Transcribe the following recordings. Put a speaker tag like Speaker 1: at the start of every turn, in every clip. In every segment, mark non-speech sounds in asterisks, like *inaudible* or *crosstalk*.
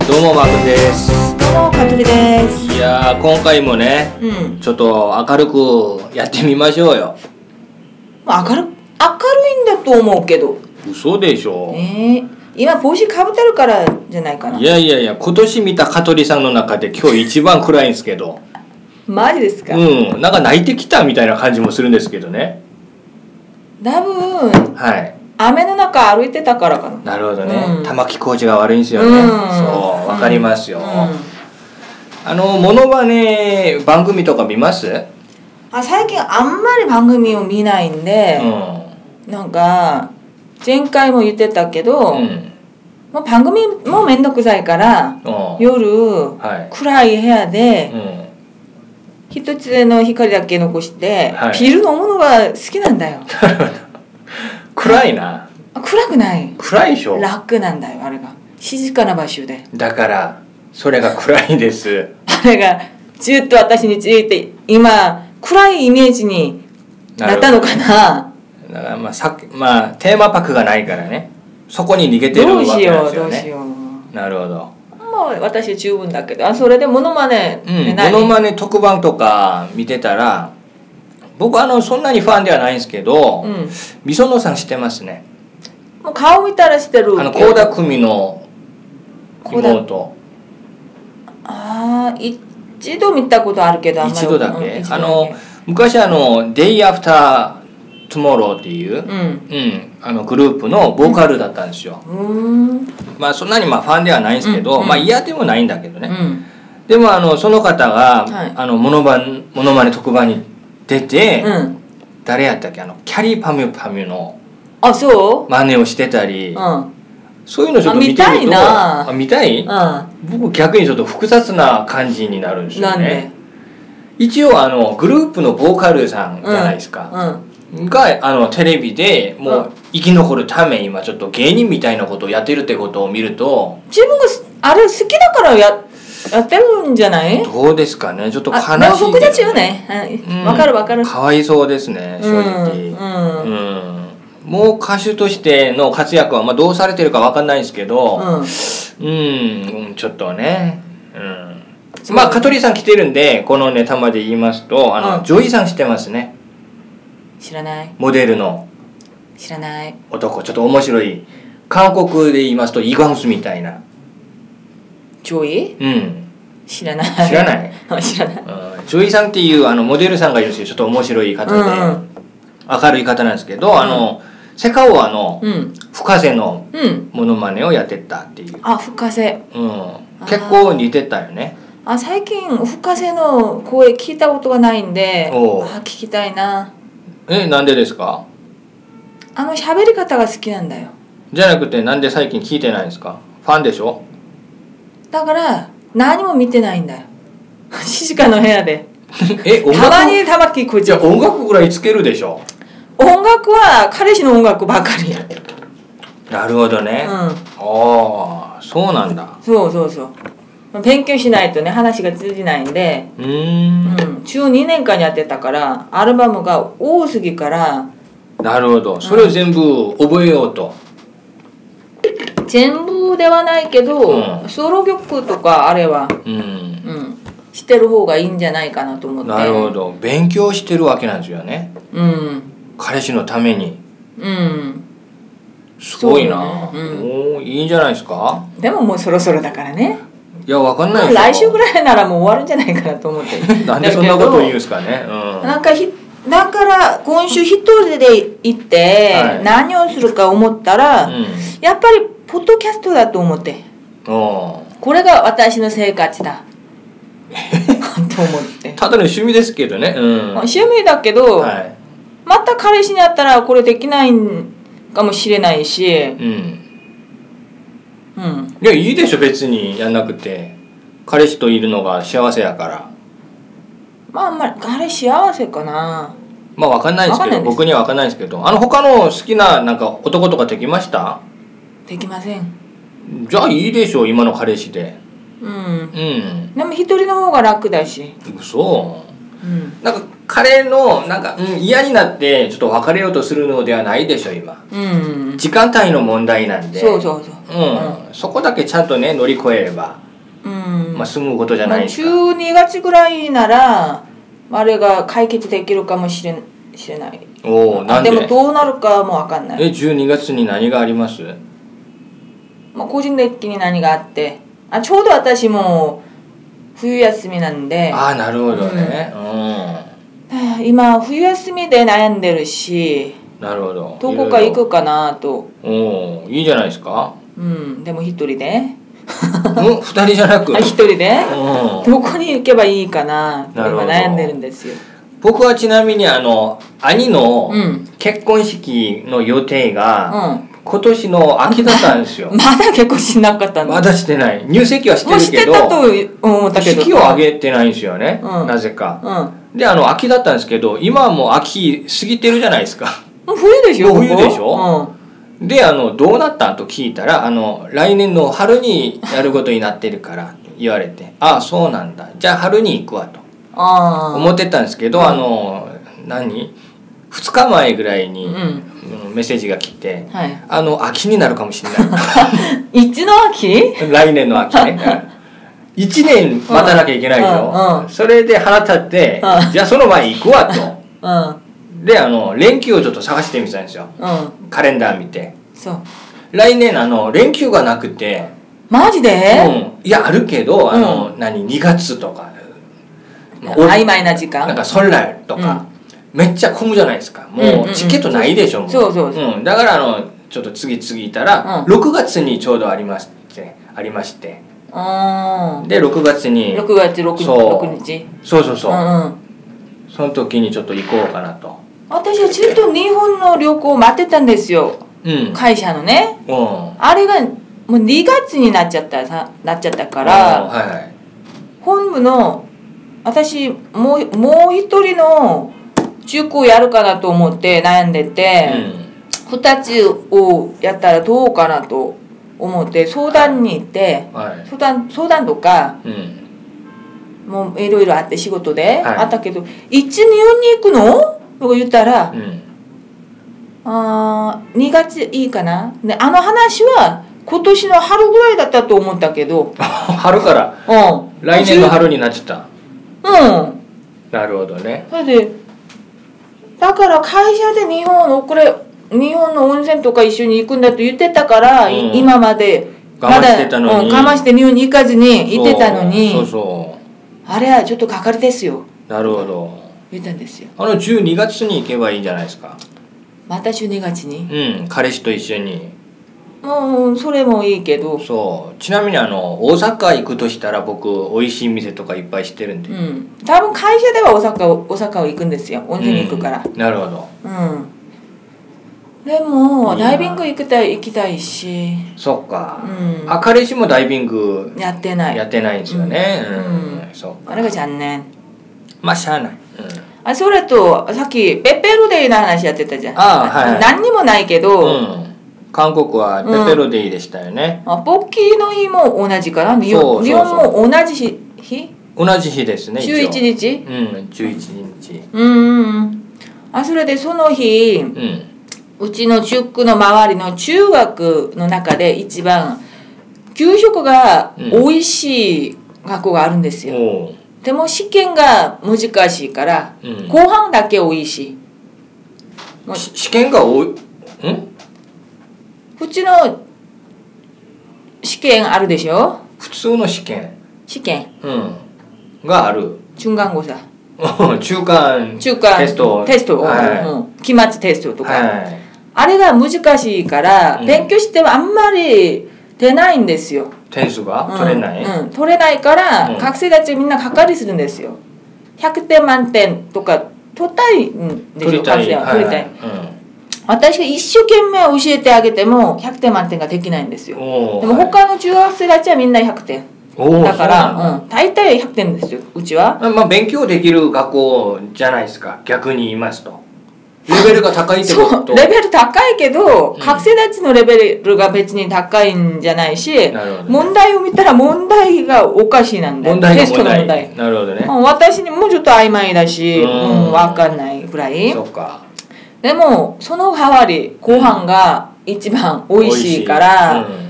Speaker 1: です
Speaker 2: どうも、かとりです。
Speaker 1: いやー今回もね
Speaker 2: うん。
Speaker 1: ちょっと明るくやってみましょうよ
Speaker 2: まあ、明る、明るいんだと思うけど。
Speaker 1: 嘘でしょ。
Speaker 2: ねえ今、帽子かぶってるからじゃないかない
Speaker 1: やいやいや今年見た香取さんの中で今日一番暗いんですけど
Speaker 2: マジですか、
Speaker 1: うんなんか泣いてきたみたいな感じもするんですけどね
Speaker 2: 多分、
Speaker 1: はい
Speaker 2: 雨の中歩いてたからかな。
Speaker 1: なるほどね、
Speaker 2: うん
Speaker 1: 玉置浩二が悪いんですよね、
Speaker 2: うん
Speaker 1: そうわかりますよ、
Speaker 2: うん
Speaker 1: あのモノマネ番組とか見ますうん
Speaker 2: あ最近あんまり番組を見ないんで、なんか、前回も言ってたけど、
Speaker 1: うん
Speaker 2: もう番組もめんどくさいから、
Speaker 1: うん
Speaker 2: 夜、
Speaker 1: はい
Speaker 2: 暗い部屋で、
Speaker 1: うん
Speaker 2: 一つの光だけ残して、
Speaker 1: はい
Speaker 2: ビール飲むのが好きなん
Speaker 1: *laughs*
Speaker 2: だよ。
Speaker 1: 暗いな
Speaker 2: あ暗くない。
Speaker 1: 暗いでしょ
Speaker 2: 楽なんだよあれが静かな場所で
Speaker 1: だからそれが暗いです
Speaker 2: あれがずっと私について今暗いイメージになったのかな
Speaker 1: だからまあさまあテーマパークがないからねそこに逃げてる
Speaker 2: ど
Speaker 1: わ
Speaker 2: うし
Speaker 1: けなん
Speaker 2: よ
Speaker 1: で
Speaker 2: う
Speaker 1: す
Speaker 2: ど
Speaker 1: よ
Speaker 2: うし
Speaker 1: ね
Speaker 2: よう
Speaker 1: なるほど、
Speaker 2: まあ私十分だけどあそれでモノマネ
Speaker 1: うん、
Speaker 2: ない
Speaker 1: モノマネ特番とか見てたら僕あのそんなにファンではないんですけど、
Speaker 2: うん
Speaker 1: みそのさん知ってますね
Speaker 2: もう顔見たらしてる
Speaker 1: あの倖田來未の妹
Speaker 2: ああ一度見たことあるけどあんまり
Speaker 1: 一度だけ
Speaker 2: うん一
Speaker 1: あの昔あの「Day After Tomorrow」っていう、うん
Speaker 2: うん
Speaker 1: あのグループのボーカルだったんですよ、
Speaker 2: うんうん
Speaker 1: まあそんなにまあファンではないんですけど、
Speaker 2: うん
Speaker 1: まあ嫌でもないんだけどね、
Speaker 2: うん
Speaker 1: でもあのその方が、
Speaker 2: はい
Speaker 1: あのモノマネモノマネ特番に出て、
Speaker 2: うん
Speaker 1: 誰やったっけあのキャリーパミュパミュの
Speaker 2: あそう
Speaker 1: 真似をしてたり、
Speaker 2: うんうん
Speaker 1: そういうのちょっと見てると
Speaker 2: あ見たいな
Speaker 1: あ見たい
Speaker 2: な
Speaker 1: 僕逆にちょっと複雑な感じになるんですよ
Speaker 2: んで
Speaker 1: ね一応あのグループのボーカルさんじゃないですか、
Speaker 2: うん
Speaker 1: があのテレビでも
Speaker 2: うん
Speaker 1: う生き残るために今ちょっと芸人みたいなことをやってるってことを見ると
Speaker 2: 自分がすあれ好きだからややってるんじゃない
Speaker 1: どうですかねちょっと悲しい
Speaker 2: あでも僕たち
Speaker 1: よ
Speaker 2: はねはい
Speaker 1: うん
Speaker 2: わ、かるわかる
Speaker 1: かわいそうですね正直、
Speaker 2: うんうん
Speaker 1: うんもう歌手としての活躍は、まあ、どうされてるかわかんないですけど
Speaker 2: うん
Speaker 1: うん、うんちょっとね、うん
Speaker 2: そう
Speaker 1: まあ香取さん来てるんでこのネタまで言いますとあの、
Speaker 2: うん
Speaker 1: 女医さんしてますね
Speaker 2: 知らない
Speaker 1: モデルの
Speaker 2: 知らない
Speaker 1: 男ちょっと面白い韓国で言いますとイ・ガンスみたいな
Speaker 2: 上位
Speaker 1: うん
Speaker 2: 知らない
Speaker 1: 知らない、
Speaker 2: い *laughs* 知らない
Speaker 1: うん、女医さんっていうあのモデルさんがいるんですよちょっと面白い方で、
Speaker 2: うんうん
Speaker 1: 明るい方なんですけど、あのセカオワの
Speaker 2: うん
Speaker 1: 深瀬の
Speaker 2: うん
Speaker 1: モノマネをやってたっていう、
Speaker 2: あ深瀬
Speaker 1: うん、結構似てたよね
Speaker 2: あ最近深瀬の声聞いたことがないんであ
Speaker 1: おう
Speaker 2: 聞きたいな
Speaker 1: えなんでですか
Speaker 2: あの喋り方が好きなんだよ
Speaker 1: じゃなくてなんで最近聞いてないんですかファンでしょ *laughs*
Speaker 2: だから何も見てないんだよ *laughs* 静かの部屋で
Speaker 1: え音
Speaker 2: たま
Speaker 1: 楽
Speaker 2: に玉木こい
Speaker 1: じ
Speaker 2: ち
Speaker 1: ゃ
Speaker 2: ゃ
Speaker 1: あ音楽ぐらいつけるでしょ
Speaker 2: 音楽は彼氏の音楽ばかりや
Speaker 1: なるほどね、あ
Speaker 2: うん
Speaker 1: あそうなんだ
Speaker 2: そうそうそう勉強しないとね話が通じないんで、
Speaker 1: うーん
Speaker 2: うん、中2年間やってたからアルバムが多すぎから
Speaker 1: なるほどそれを全部覚えようと、
Speaker 2: 全部ではないけど、
Speaker 1: うん
Speaker 2: ソロ曲とかあれは、
Speaker 1: うん
Speaker 2: うん、してる方がいいんじゃないかなと思って
Speaker 1: なるほど勉強してるわけなんですよね
Speaker 2: うん
Speaker 1: 彼氏のために
Speaker 2: うん
Speaker 1: すごいな、
Speaker 2: そうねう
Speaker 1: おーいいんじゃないですか
Speaker 2: でももうそろそろだからね、
Speaker 1: いやわかんない
Speaker 2: まあ、
Speaker 1: ですよ
Speaker 2: 来週ぐらいならもう終わるんじゃないかなと思って
Speaker 1: *laughs* なんでそんなことを言うん
Speaker 2: だけ
Speaker 1: ですかね、うん
Speaker 2: どなんかひだから今週一人で行って
Speaker 1: はい
Speaker 2: 何をするか思ったら、
Speaker 1: う
Speaker 2: やっぱりポッドキャストだと思って
Speaker 1: ん、お
Speaker 2: これが私の生
Speaker 1: *laughs*
Speaker 2: 活だと思って
Speaker 1: ただの趣味ですけどね、うん、は
Speaker 2: 趣味だけ
Speaker 1: い、
Speaker 2: ど、また彼氏に会ったらこれできないんかもしれないし
Speaker 1: うん、
Speaker 2: うん
Speaker 1: いやいいでしょ別にやんなくて彼氏といるのが幸せやから
Speaker 2: まああんまり彼氏幸せかな
Speaker 1: まあわかんないですけ
Speaker 2: わか
Speaker 1: ど
Speaker 2: んないです
Speaker 1: 僕にはわかんないですけどあの他の好きななんか男とかできました
Speaker 2: できません
Speaker 1: じゃあいいでしょ今の彼氏で
Speaker 2: うん
Speaker 1: うん
Speaker 2: でも一人の方が楽だし
Speaker 1: 嘘
Speaker 2: うん
Speaker 1: なんか彼のなんか、うん、嫌になってちょっと別れようとするのではないでしょ今
Speaker 2: うん
Speaker 1: 時間帯の問題なんで
Speaker 2: そうそうそう
Speaker 1: うん、そこだけちゃんとね乗り越えれば
Speaker 2: うん、
Speaker 1: まあ、済むことじゃ
Speaker 2: ま
Speaker 1: な
Speaker 2: あ
Speaker 1: いですか、
Speaker 2: 12月ぐらいならあれが解決できるかもしれんしれない
Speaker 1: おおなんで
Speaker 2: でもどうなるかもわかんない
Speaker 1: え12月に何があります
Speaker 2: まあ、個人的に何があってあちょうど私もう冬休みなんで
Speaker 1: ああなるほどねうん、
Speaker 2: はあ今冬休みで悩んでるし
Speaker 1: なるほど
Speaker 2: どこか行くかなと
Speaker 1: おおいいじゃないですか
Speaker 2: うんでも一人で
Speaker 1: うん二人じゃ
Speaker 2: *laughs*
Speaker 1: なく
Speaker 2: あ一人で
Speaker 1: うん
Speaker 2: どこに行けばいいかなと
Speaker 1: なるほど
Speaker 2: 今悩んでるんですよ
Speaker 1: 僕はちなみにあの兄の
Speaker 2: うん
Speaker 1: 結婚式の予定
Speaker 2: うん
Speaker 1: が
Speaker 2: ま
Speaker 1: 今年の秋だったんですよ
Speaker 2: だ結婚しなかったん
Speaker 1: まだしてない入籍はし
Speaker 2: もうして
Speaker 1: る
Speaker 2: て
Speaker 1: けど
Speaker 2: たと思ったけど
Speaker 1: 式を挙げてないんですよね、
Speaker 2: うん
Speaker 1: なぜか
Speaker 2: うん
Speaker 1: であの秋だったんですけど今はもう秋過ぎてるじゃないですか
Speaker 2: もう冬でしょ
Speaker 1: もう冬でしょ
Speaker 2: こ
Speaker 1: であのどうなったんと聞いたらあの来年の春にやることになってるから言われてああそうなんだじゃあ春に行くわと
Speaker 2: こうんああ
Speaker 1: 思ってたんですけど、あの何2日前ぐらいに、
Speaker 2: う
Speaker 1: うん
Speaker 2: ん
Speaker 1: メッセージが来て
Speaker 2: は
Speaker 1: あの秋になるかもしれない
Speaker 2: い一の秋
Speaker 1: *laughs* 来年の秋ね1年待たなきゃいけないよ、
Speaker 2: うんうん
Speaker 1: それで腹立って、
Speaker 2: うん
Speaker 1: じゃあその前行くわと
Speaker 2: うん
Speaker 1: であの連休をちょっと探してみたんですよ
Speaker 2: うん
Speaker 1: カレンダー見て
Speaker 2: そう
Speaker 1: 来年あの連休がなくて
Speaker 2: マジで、
Speaker 1: うん、いやあるけどあの、何2月とかお
Speaker 2: 曖昧な時間
Speaker 1: なんかソンライとか、めっちゃ混むじゃないですか
Speaker 2: うんうん
Speaker 1: も
Speaker 2: う
Speaker 1: うんチケットないでしょ、も
Speaker 2: そうそうそ
Speaker 1: ん、だからあのちょっと次々いたら、
Speaker 2: う
Speaker 1: 6月にちょうどありましてありまして
Speaker 2: うん
Speaker 1: で6月に
Speaker 2: 6月6日
Speaker 1: そう
Speaker 2: 6日
Speaker 1: そうそうそうう、
Speaker 2: んうん
Speaker 1: その時にちょっと行こうかなと
Speaker 2: 私はずっと日本の旅行を待ってたんですよ
Speaker 1: うん
Speaker 2: 会社のね
Speaker 1: うん
Speaker 2: あれがもう2月になっちゃったさなっちゃったか
Speaker 1: うん
Speaker 2: ら
Speaker 1: はいはい
Speaker 2: 本部の私もうもう一人の塾をやるかなと思って悩んでて、2つをやったらどうかなと思って相談に行って
Speaker 1: うんはい
Speaker 2: 相談相談とか
Speaker 1: うん
Speaker 2: もういろいろあって仕事で、
Speaker 1: はい
Speaker 2: あったけど「いつ日本に行くの?」とか言ったら「
Speaker 1: うん *laughs*
Speaker 2: あー2月いいかなで」あの話は今年の春ぐらいだったと思ったけど
Speaker 1: 春から
Speaker 2: うん
Speaker 1: 来年の春になっちゃった
Speaker 2: うん
Speaker 1: なるほどね
Speaker 2: それでだから会社で日本の遅れ日本の温泉とか一緒に行くんだと言ってたから、い
Speaker 1: うん
Speaker 2: 今まで
Speaker 1: 我慢してたのに
Speaker 2: まだうん、我慢して日本に行かずに行ってたのに
Speaker 1: そうそうそ
Speaker 2: あれはちょっと係ですよ
Speaker 1: うなるほど
Speaker 2: 言ったんですよ
Speaker 1: あの12月に行けばいいんじゃないですか
Speaker 2: また12月に
Speaker 1: うん彼氏と一緒に
Speaker 2: もうそれもいいけど
Speaker 1: そうちなみにあの大阪行くとしたら僕美味しい店とかいっぱい知ってるんで、
Speaker 2: うん、多分会社では大阪を大阪を行くんですよ温泉に行くから
Speaker 1: うんなるほど
Speaker 2: うん、でも
Speaker 1: いいな
Speaker 2: ダイビング行きたい行きたいし
Speaker 1: そっか、
Speaker 2: うん
Speaker 1: あ彼氏もダイビング
Speaker 2: やってない
Speaker 1: やってないんですよねうん、
Speaker 2: う
Speaker 1: そうか
Speaker 2: あれが残念
Speaker 1: まあしゃあない、
Speaker 2: あそれとさっきペッペロデイの話やってたじゃん
Speaker 1: ああはい
Speaker 2: 何にもないけ
Speaker 1: う
Speaker 2: ど、
Speaker 1: ん、うん、韓国はペペロデイでしたよね、
Speaker 2: あポッキーの日も同じかな日
Speaker 1: そうそうそう
Speaker 2: 本日本も同じ日日
Speaker 1: 同じ日ですね
Speaker 2: 11日
Speaker 1: うん11日
Speaker 2: うんうんうんあそれでその日
Speaker 1: うん
Speaker 2: うちの中区の周りの中学の中で一番給食が美味しい学校があるんですよ、
Speaker 1: おう
Speaker 2: でも試験が難しいから、
Speaker 1: うん
Speaker 2: 後半だけ美味しい
Speaker 1: し試験が多いん
Speaker 2: うちの試験あるでしょ
Speaker 1: 普通の試験
Speaker 2: 試験
Speaker 1: うんがある *laughs*
Speaker 2: 中間語さ
Speaker 1: 中間
Speaker 2: 中間
Speaker 1: テスト
Speaker 2: テスト、
Speaker 1: はい
Speaker 2: うんうん期末テストとか、
Speaker 1: はい
Speaker 2: あれが難しいから、
Speaker 1: うん
Speaker 2: 勉強してもあんまり出ないんですよ
Speaker 1: 点数が取れない、
Speaker 2: うんうん取れないから、
Speaker 1: うん
Speaker 2: 学生たちみんな係りするんですよ100点満点とか取りたいんです
Speaker 1: 取り
Speaker 2: よ
Speaker 1: た
Speaker 2: 学
Speaker 1: い
Speaker 2: 生は取りたい、
Speaker 1: うん
Speaker 2: 私が一生懸命教えてあげても100点満点ができないんですよ
Speaker 1: おー
Speaker 2: でも
Speaker 1: はい
Speaker 2: 他の中学生たちはみんな100点
Speaker 1: おー
Speaker 2: だか
Speaker 1: そうな
Speaker 2: ら、
Speaker 1: んだ
Speaker 2: うん、大体100点ですようちは
Speaker 1: まあ、勉強できる学校じゃないですか逆に言いますとレベルが高いってこ
Speaker 2: そ
Speaker 1: と
Speaker 2: うレベル高いけど、
Speaker 1: うん
Speaker 2: 学生たちのレベルが別に高いんじゃないし
Speaker 1: なるほどね
Speaker 2: 問題を見たら問題がおかしいなんだよ
Speaker 1: 問題が
Speaker 2: テス
Speaker 1: 問
Speaker 2: トの
Speaker 1: 題
Speaker 2: 問題
Speaker 1: なるほどね、
Speaker 2: うん私にもちょっと曖昧だし、
Speaker 1: う
Speaker 2: う
Speaker 1: ん
Speaker 2: ん、わかんないぐらい
Speaker 1: そっか
Speaker 2: でもその代わり後半が一番美味しいから
Speaker 1: 美味し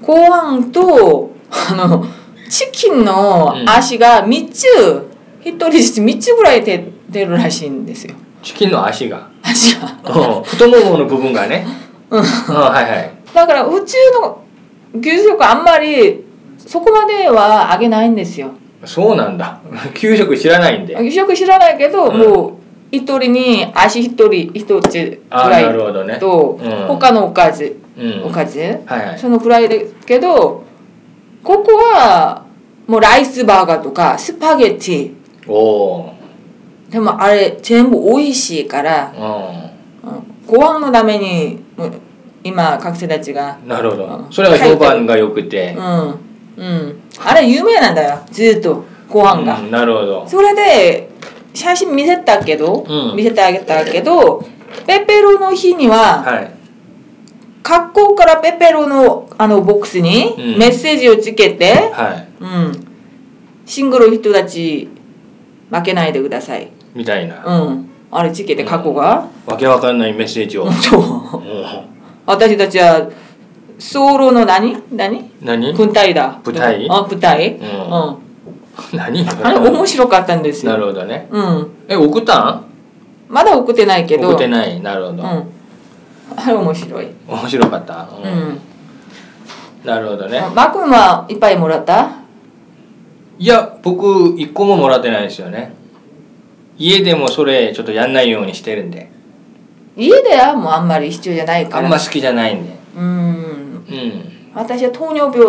Speaker 1: い
Speaker 2: *laughs* 後半とあのチキンの足が3つ、一人ずつ3つぐらい出出るらしいんですよ
Speaker 1: チキンの足が
Speaker 2: 足が
Speaker 1: うん太ももの部分がねうんはいはい
Speaker 2: だから宇宙の技術力あんまりそこまでは上げないんですよ
Speaker 1: そうなんだ給食知らないんで
Speaker 2: 技術力知らないけど、
Speaker 1: うん
Speaker 2: もう一人に足一人一つぐ
Speaker 1: ああ
Speaker 2: ら
Speaker 1: なる
Speaker 2: い
Speaker 1: ほどね
Speaker 2: と、
Speaker 1: うん
Speaker 2: 他のおかず、
Speaker 1: うん
Speaker 2: お
Speaker 1: はい
Speaker 2: かず
Speaker 1: はい
Speaker 2: そのくらいだけどここはもうライスバーガーとかスパゲティ
Speaker 1: おお
Speaker 2: でもあれ全部美味しいから
Speaker 1: ーう
Speaker 2: うんご飯のためにもう今学生たちが
Speaker 1: んなるほど
Speaker 2: うん
Speaker 1: それが評判が良くて
Speaker 2: うんうんあれ有名なんだよずっとご飯が、
Speaker 1: うんなるほど
Speaker 2: それで写真見せたけど、
Speaker 1: うん
Speaker 2: 見せてあげたけどペペロの日には
Speaker 1: はい
Speaker 2: 学校からペペロのあのボックス
Speaker 1: う
Speaker 2: に
Speaker 1: ん
Speaker 2: メッセージをつけて、
Speaker 1: はい
Speaker 2: うん、シングルの人たち負けないでください、
Speaker 1: みたいな
Speaker 2: うん、あれつけて過去が、
Speaker 1: わけわかんないメッセージを
Speaker 2: *laughs* そう
Speaker 1: うん
Speaker 2: 私たちはソロの何何
Speaker 1: 何
Speaker 2: 軍隊だ
Speaker 1: 部隊
Speaker 2: あ部隊
Speaker 1: うん
Speaker 2: うん、
Speaker 1: 何
Speaker 2: あれ面白かったんですよ
Speaker 1: なるほどね
Speaker 2: うん
Speaker 1: え送ったん
Speaker 2: まだ送ってないけど
Speaker 1: 送ってないなるほ
Speaker 2: う
Speaker 1: ど
Speaker 2: んあれ面白いうん、
Speaker 1: 面白かったうんなるほどね
Speaker 2: マー君はいっぱいもらった
Speaker 1: いや僕一個ももらってないですよね家でもそれちょっとやんないようにしてるんで
Speaker 2: 家ではもうあんまり必要じゃないか
Speaker 1: あ
Speaker 2: ら
Speaker 1: んま好きじゃないんで
Speaker 2: うん
Speaker 1: うん
Speaker 2: 私は糖尿病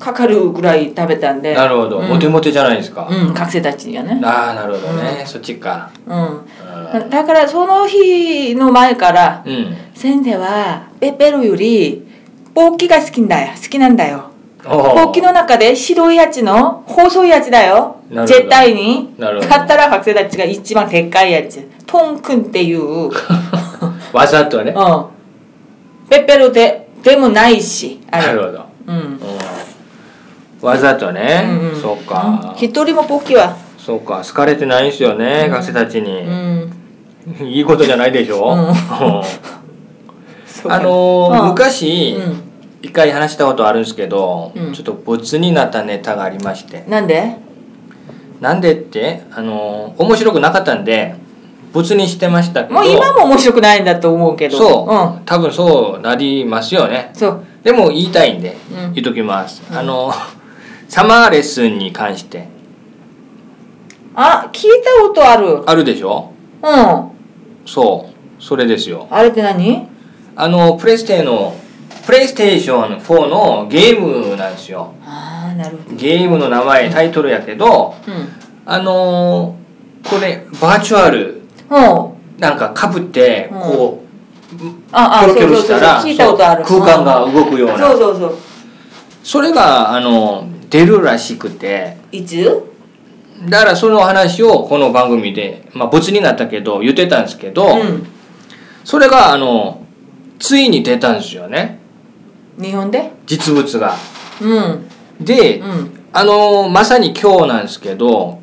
Speaker 2: かかるぐらい食べたんで
Speaker 1: なるほど
Speaker 2: うん
Speaker 1: モテモテじゃないですか
Speaker 2: うん学生たちにはね
Speaker 1: ああなるほどねそっちか
Speaker 2: うん
Speaker 1: う
Speaker 2: だからその日の前から
Speaker 1: んうん
Speaker 2: 先生はペペロよりポッキが好きんだよ好きなんだよポ
Speaker 1: お
Speaker 2: ッキの中で白いやつの細いやつだよ
Speaker 1: なるほど
Speaker 2: 絶対に
Speaker 1: なるほど
Speaker 2: 買ったら学生たちが一番でっかいやつトンくんって
Speaker 1: *laughs*
Speaker 2: いう、うん、
Speaker 1: わざとね
Speaker 2: ペペロででもないしあ
Speaker 1: な
Speaker 2: れ
Speaker 1: るほど
Speaker 2: うん
Speaker 1: うんわざとね
Speaker 2: うんうん
Speaker 1: そうか
Speaker 2: 一人もポッキは
Speaker 1: そうか好かれてないですよね、学生たち
Speaker 2: う
Speaker 1: に、
Speaker 2: ん
Speaker 1: いいことじゃないでしょ、
Speaker 2: うん *laughs* そう
Speaker 1: あのー
Speaker 2: うん
Speaker 1: 昔、
Speaker 2: うん
Speaker 1: 一回話したことあるんですけど、
Speaker 2: うん
Speaker 1: ちょっと没になったネタがありまして
Speaker 2: なんで
Speaker 1: なんでってあのー面白くなかったんで没にしてましたけど
Speaker 2: もう今も面白くないんだと思うけど
Speaker 1: そう、多分そうなりますよね
Speaker 2: うんそう
Speaker 1: でも言いたいんで
Speaker 2: うん
Speaker 1: 言っときます、あの *laughs* サマーレッスンに関して
Speaker 2: あ聞いたことある
Speaker 1: あるでしょ
Speaker 2: うん
Speaker 1: そうそれですよ
Speaker 2: あれって何
Speaker 1: あのプレステのプレイステーション4のゲームなんですよ
Speaker 2: ああなるほど
Speaker 1: ゲームの名前タイトルやけど
Speaker 2: う
Speaker 1: あのーこれバーチャル
Speaker 2: んうん
Speaker 1: なんかかぶって
Speaker 2: うん
Speaker 1: こ
Speaker 2: ああ
Speaker 1: うキョロキョロ
Speaker 2: そう
Speaker 1: した
Speaker 2: そうそう
Speaker 1: ら
Speaker 2: 聞いたことある
Speaker 1: そう空間が動くよう
Speaker 2: そ
Speaker 1: な
Speaker 2: うそうそう
Speaker 1: それがあの出るらしくて
Speaker 2: いつ
Speaker 1: だからその話をこの番組でまあ没になったけど言ってたんですけど、
Speaker 2: う
Speaker 1: それがあのついに出たんですよね
Speaker 2: ん日本で
Speaker 1: 実物が。
Speaker 2: うん
Speaker 1: で、
Speaker 2: うん
Speaker 1: あのーまさに今日なんですけど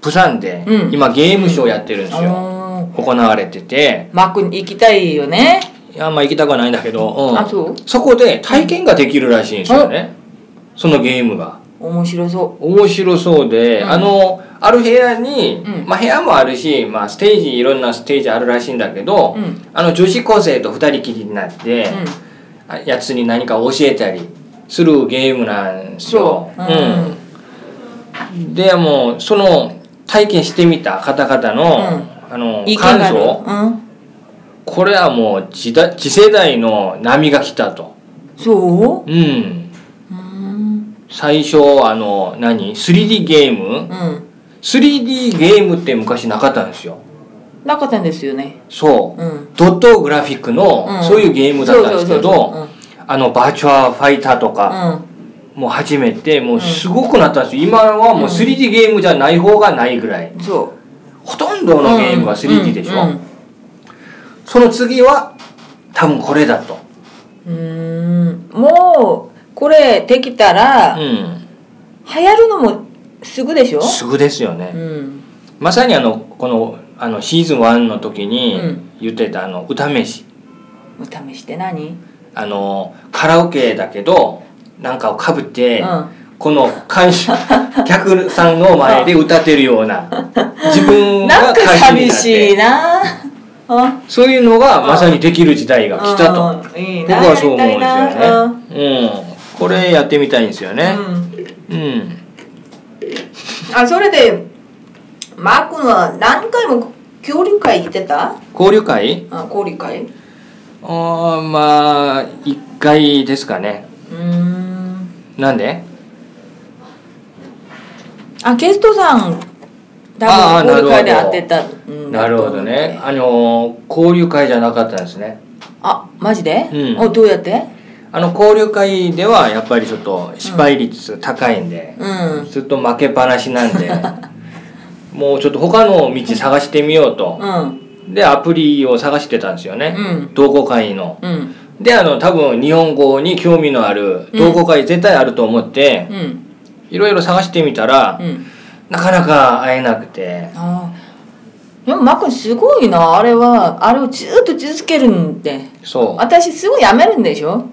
Speaker 1: 釜山で
Speaker 2: うん
Speaker 1: 今ゲームショーやってるんですよ、
Speaker 2: あのー
Speaker 1: 行われてて
Speaker 2: マックに行きたいよね
Speaker 1: あんま行きたくはないんだけど、うん
Speaker 2: あそう
Speaker 1: こで体験ができるらしいんですよね、そのゲームが
Speaker 2: 面白そ
Speaker 1: 面白そうで、
Speaker 2: うん
Speaker 1: あのある部屋に、
Speaker 2: うん
Speaker 1: まあ部屋もあるし、まあ、ステージいろんなステージあるらしいんだけど、
Speaker 2: ううん
Speaker 1: あの女子高生と2人きりになって、あやつに何か教えたりするゲームなんですよ
Speaker 2: そううん
Speaker 1: でもうその体験してみた方々の,、あの
Speaker 2: うんいい
Speaker 1: 感
Speaker 2: 見が
Speaker 1: 想
Speaker 2: ある
Speaker 1: これはもう次代次世代の波が来たと、
Speaker 2: うんそう
Speaker 1: うん、
Speaker 2: うん
Speaker 1: 最初あの何 3D ゲーム
Speaker 2: うん
Speaker 1: 3D ゲームって昔なかったんですよ
Speaker 2: なかったんですよね
Speaker 1: そう、
Speaker 2: うん
Speaker 1: ドットグラフィックの、
Speaker 2: うん
Speaker 1: そういうゲームだったんですけ
Speaker 2: そうそう
Speaker 1: どあのバーチャーファイターとか、
Speaker 2: そううん
Speaker 1: もう始めてもうすごくなったんですよ、今はもう 3D ゲームじゃない方がないぐらい
Speaker 2: うんそ
Speaker 1: ほとんど
Speaker 2: う
Speaker 1: のゲームが 3D でしょ、その次は多分これだと
Speaker 2: うんうんもうこれできたら流
Speaker 1: ん
Speaker 2: 行るのもすぐでしょ
Speaker 1: すぐですよ
Speaker 2: う
Speaker 1: ね、
Speaker 2: ん
Speaker 1: まさにあのこのあのシーズン1の時に
Speaker 2: うん
Speaker 1: 言ってたあの歌飯
Speaker 2: お試しって何
Speaker 1: あのカラオケだけどなんかをかぶって、
Speaker 2: うん
Speaker 1: この観衆客さんの前で歌ってるような自分
Speaker 2: な
Speaker 1: が
Speaker 2: んか
Speaker 1: 歌手に
Speaker 2: 寂
Speaker 1: なっ
Speaker 2: しい
Speaker 1: て
Speaker 2: なあ
Speaker 1: そういうのがまさにできる時代が来たと
Speaker 2: うんいい
Speaker 1: 僕
Speaker 2: な
Speaker 1: はそう思うんで
Speaker 2: やり
Speaker 1: す
Speaker 2: たいな
Speaker 1: よねうんこれやってみたいんですよね
Speaker 2: う
Speaker 1: う
Speaker 2: ん
Speaker 1: ん
Speaker 2: あそれでマー君は何回も交流会行ってた
Speaker 1: 交流会
Speaker 2: あ交流会う
Speaker 1: あーまあ1回ですかね
Speaker 2: ーん
Speaker 1: なんで
Speaker 2: あゲストさん
Speaker 1: あ
Speaker 2: 多
Speaker 1: ー
Speaker 2: 分交流会で
Speaker 1: なるほ
Speaker 2: 会っ
Speaker 1: ど
Speaker 2: てたん
Speaker 1: な
Speaker 2: だ
Speaker 1: る
Speaker 2: と思
Speaker 1: ほ
Speaker 2: う
Speaker 1: どねあのー交流会じゃなかったんですね
Speaker 2: あマジで、
Speaker 1: うん
Speaker 2: おどうやって
Speaker 1: あの交流会ではやっぱりちょっと失敗率高いんで、
Speaker 2: うん
Speaker 1: ずっと負けっぱなしなん
Speaker 2: *laughs*
Speaker 1: でもうちょっと他の道探してみようと、
Speaker 2: うん
Speaker 1: でアプリを探してたんですよね、
Speaker 2: うん
Speaker 1: 同好会の
Speaker 2: うん
Speaker 1: であの多分日本語に興味のある
Speaker 2: うん
Speaker 1: 同好会絶対あると思って
Speaker 2: うん
Speaker 1: いろいろ探してみたら、
Speaker 2: うん
Speaker 1: なかなか会えなくて
Speaker 2: あーでもマー君すごいなあれはあれをずっと続けるんで
Speaker 1: そ
Speaker 2: 私すぐ辞めるんでしょ
Speaker 1: う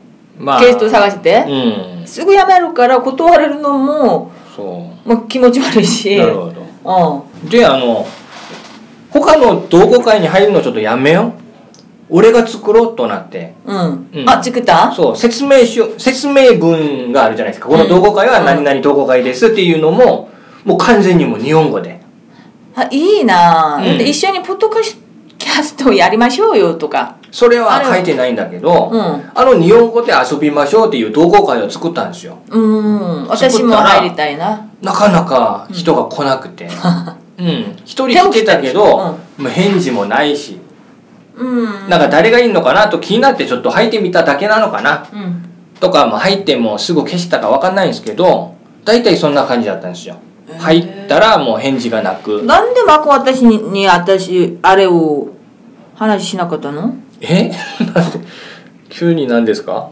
Speaker 1: まあ
Speaker 2: ゲスト探して、
Speaker 1: うん
Speaker 2: すぐ辞めるから断れるのも
Speaker 1: そ
Speaker 2: もう気持ち悪いし
Speaker 1: うなるほど
Speaker 2: うん
Speaker 1: であの他の同好会に入るのちょっとやめよう俺が作ろうとなって
Speaker 2: うん、
Speaker 1: うん
Speaker 2: あ作った
Speaker 1: そう説明しよう説明文があるじゃないですかこの同好会は何々同好会ですっていうのも、もう完全にもう日本語で
Speaker 2: あいいな、
Speaker 1: うん
Speaker 2: だって一緒にポッドキャストをやりましょうよとか
Speaker 1: それは書いてないんだけど、
Speaker 2: うん
Speaker 1: あの日本語で遊びましょうっていう同好会を作ったんですよ
Speaker 2: うん私も入りたいな
Speaker 1: なかなか人が来なくてうん一、人来てたけど
Speaker 2: でも来たでしょ
Speaker 1: もう返事もないし
Speaker 2: うん
Speaker 1: なんか誰がいいのかなと気になってちょっと入ってみただけなのかな
Speaker 2: うん
Speaker 1: とか、まあ、入ってもすぐ消したか分かんないんですけど大体そんな感じだったんですよ
Speaker 2: へー
Speaker 1: 入ったらもう返事がなく
Speaker 2: なんでマコ私にに私あれを話しなかったの
Speaker 1: え *laughs* なんで急に何ですか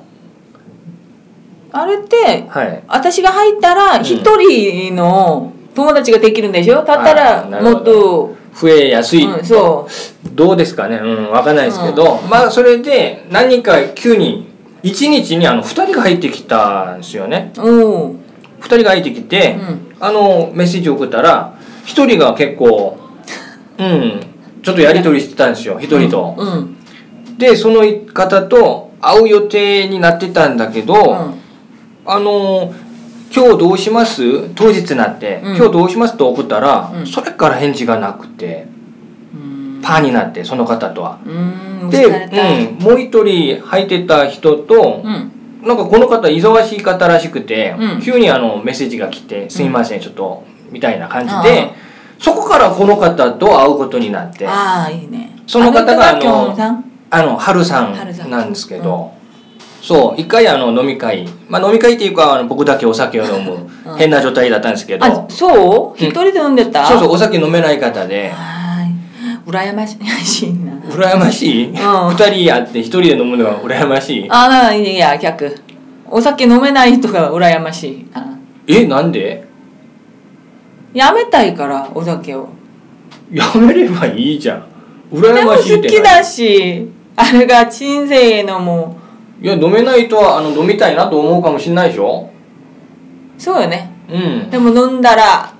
Speaker 2: あれって
Speaker 1: はい
Speaker 2: 私が入ったら一人の友達ができるんでしょ、だったら
Speaker 1: あなる
Speaker 2: も
Speaker 1: ほ
Speaker 2: っ
Speaker 1: ど
Speaker 2: と、
Speaker 1: 増えやすい、
Speaker 2: うん、そう
Speaker 1: どうですかねうん分かんないですけど、まあそれで何人か急に1日にあの2人が入ってきたんですよね
Speaker 2: おう
Speaker 1: 2人が入ってきて、
Speaker 2: うん
Speaker 1: あのメッセージ送ったら1人が結構うんちょっとやり取りしてたんですよ1人と。
Speaker 2: うん
Speaker 1: でその方と会う予定になってたんだけど、
Speaker 2: うん
Speaker 1: あのー今日どうします当日になって、
Speaker 2: うん
Speaker 1: 今日どうしますと送ったら、
Speaker 2: うん
Speaker 1: それから返事がなくて
Speaker 2: うん
Speaker 1: パーになってその方とは。
Speaker 2: うん
Speaker 1: で、
Speaker 2: 無視された
Speaker 1: うん、もう一人入ってた人と、
Speaker 2: うん
Speaker 1: なんかこの方忙しい方らしくて、
Speaker 2: うん
Speaker 1: 急にあのメッセージが来て「すいません、ちょっと」みたいな感じでそこからこの方と会うことになってあ
Speaker 2: ああいいね
Speaker 1: その方があの
Speaker 2: きょんさん
Speaker 1: の春さ
Speaker 2: 春さ
Speaker 1: ん
Speaker 2: ん
Speaker 1: なんですけど、そう一回あの飲み会、まあ、飲み会っていうかあの僕だけお酒を飲む
Speaker 2: うん
Speaker 1: 変な状態だったんですけど、
Speaker 2: あそう
Speaker 1: うん
Speaker 2: 一人で飲んでた、
Speaker 1: そうそうお酒飲めない方で
Speaker 2: はーい羨ましいな
Speaker 1: 羨ましい、二
Speaker 2: ん
Speaker 1: 人あって一人で飲むのが羨ましい
Speaker 2: ああいや逆お酒飲めない人が羨ましいあ
Speaker 1: えなんで
Speaker 2: やめたいからお酒を
Speaker 1: やめればいいじゃん
Speaker 2: で
Speaker 1: 羨
Speaker 2: も
Speaker 1: ましいっ
Speaker 2: 好
Speaker 1: て
Speaker 2: き
Speaker 1: な
Speaker 2: だしあれが人生のも
Speaker 1: いや飲めないとはあの飲みたいなと思うかもしれないでしょ
Speaker 2: うそうよね
Speaker 1: うん
Speaker 2: でも飲んだら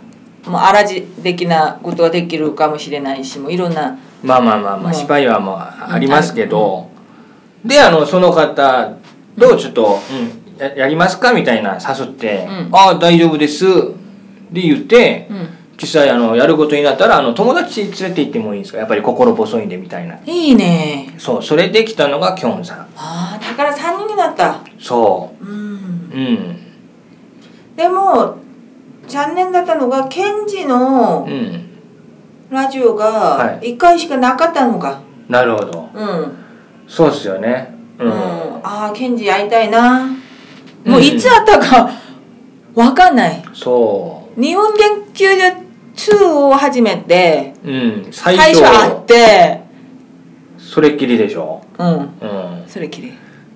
Speaker 2: もうあらじ的なことができるかもしれないしもういろんな
Speaker 1: まあまあまあま
Speaker 2: う
Speaker 1: あ
Speaker 2: ん
Speaker 1: 芝居はまあありますけど、であのその方どうちょっと、うんややりますかみたいな誘って「
Speaker 2: うん
Speaker 1: ああ大丈夫です」で言って
Speaker 2: うん
Speaker 1: 実際あのやることになったらあの友達連れて行ってもいいんですかやっぱり心細いんでみたいない
Speaker 2: いね
Speaker 1: そうそれで来たのがきょんさん
Speaker 2: ああだから3人になった
Speaker 1: そ
Speaker 2: うん
Speaker 1: ううん
Speaker 2: でも残念だったのがケンジの、
Speaker 1: うん
Speaker 2: ラジオ
Speaker 1: は
Speaker 2: が1回しかなかったのが、
Speaker 1: なるほど
Speaker 2: うん、うん
Speaker 1: そうっすよねうん、
Speaker 2: ああケンジ会いたいな
Speaker 1: うん
Speaker 2: もういつ会ったかわかんない
Speaker 1: そ
Speaker 2: 日本研究所2を始めて
Speaker 1: ううん最
Speaker 2: 最
Speaker 1: 初
Speaker 2: 初会って
Speaker 1: それっきりでしょ
Speaker 2: うん
Speaker 1: うん
Speaker 2: それきり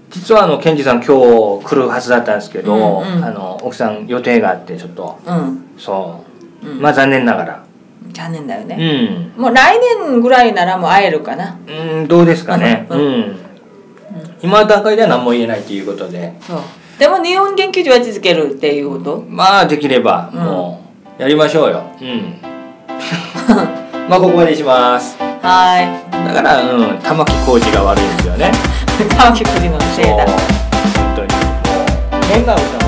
Speaker 1: 実はあのケンジさん今日来るはずだったんですけど、
Speaker 2: うんうん
Speaker 1: あの奥さん予定があってちょっと
Speaker 2: うん、
Speaker 1: そう、
Speaker 2: うん
Speaker 1: まあ残念ながら
Speaker 2: 残念だよ
Speaker 1: う
Speaker 2: ね、
Speaker 1: ん、
Speaker 2: もう来年ぐらいならもう会えるかな
Speaker 1: うん、どうですかねう
Speaker 2: う
Speaker 1: んん今の段階では何も言えないということで
Speaker 2: そうでも日本研究所は続けるっていうこと
Speaker 1: まあできれば
Speaker 2: うん
Speaker 1: もうやりましょうようん
Speaker 2: *laughs*
Speaker 1: まあここまでにします
Speaker 2: は *laughs*
Speaker 1: だからうん玉置浩二が悪いんですよね
Speaker 2: ーい玉木くじの
Speaker 1: そ
Speaker 2: せ
Speaker 1: う
Speaker 2: いだ
Speaker 1: 本当にもう変な歌を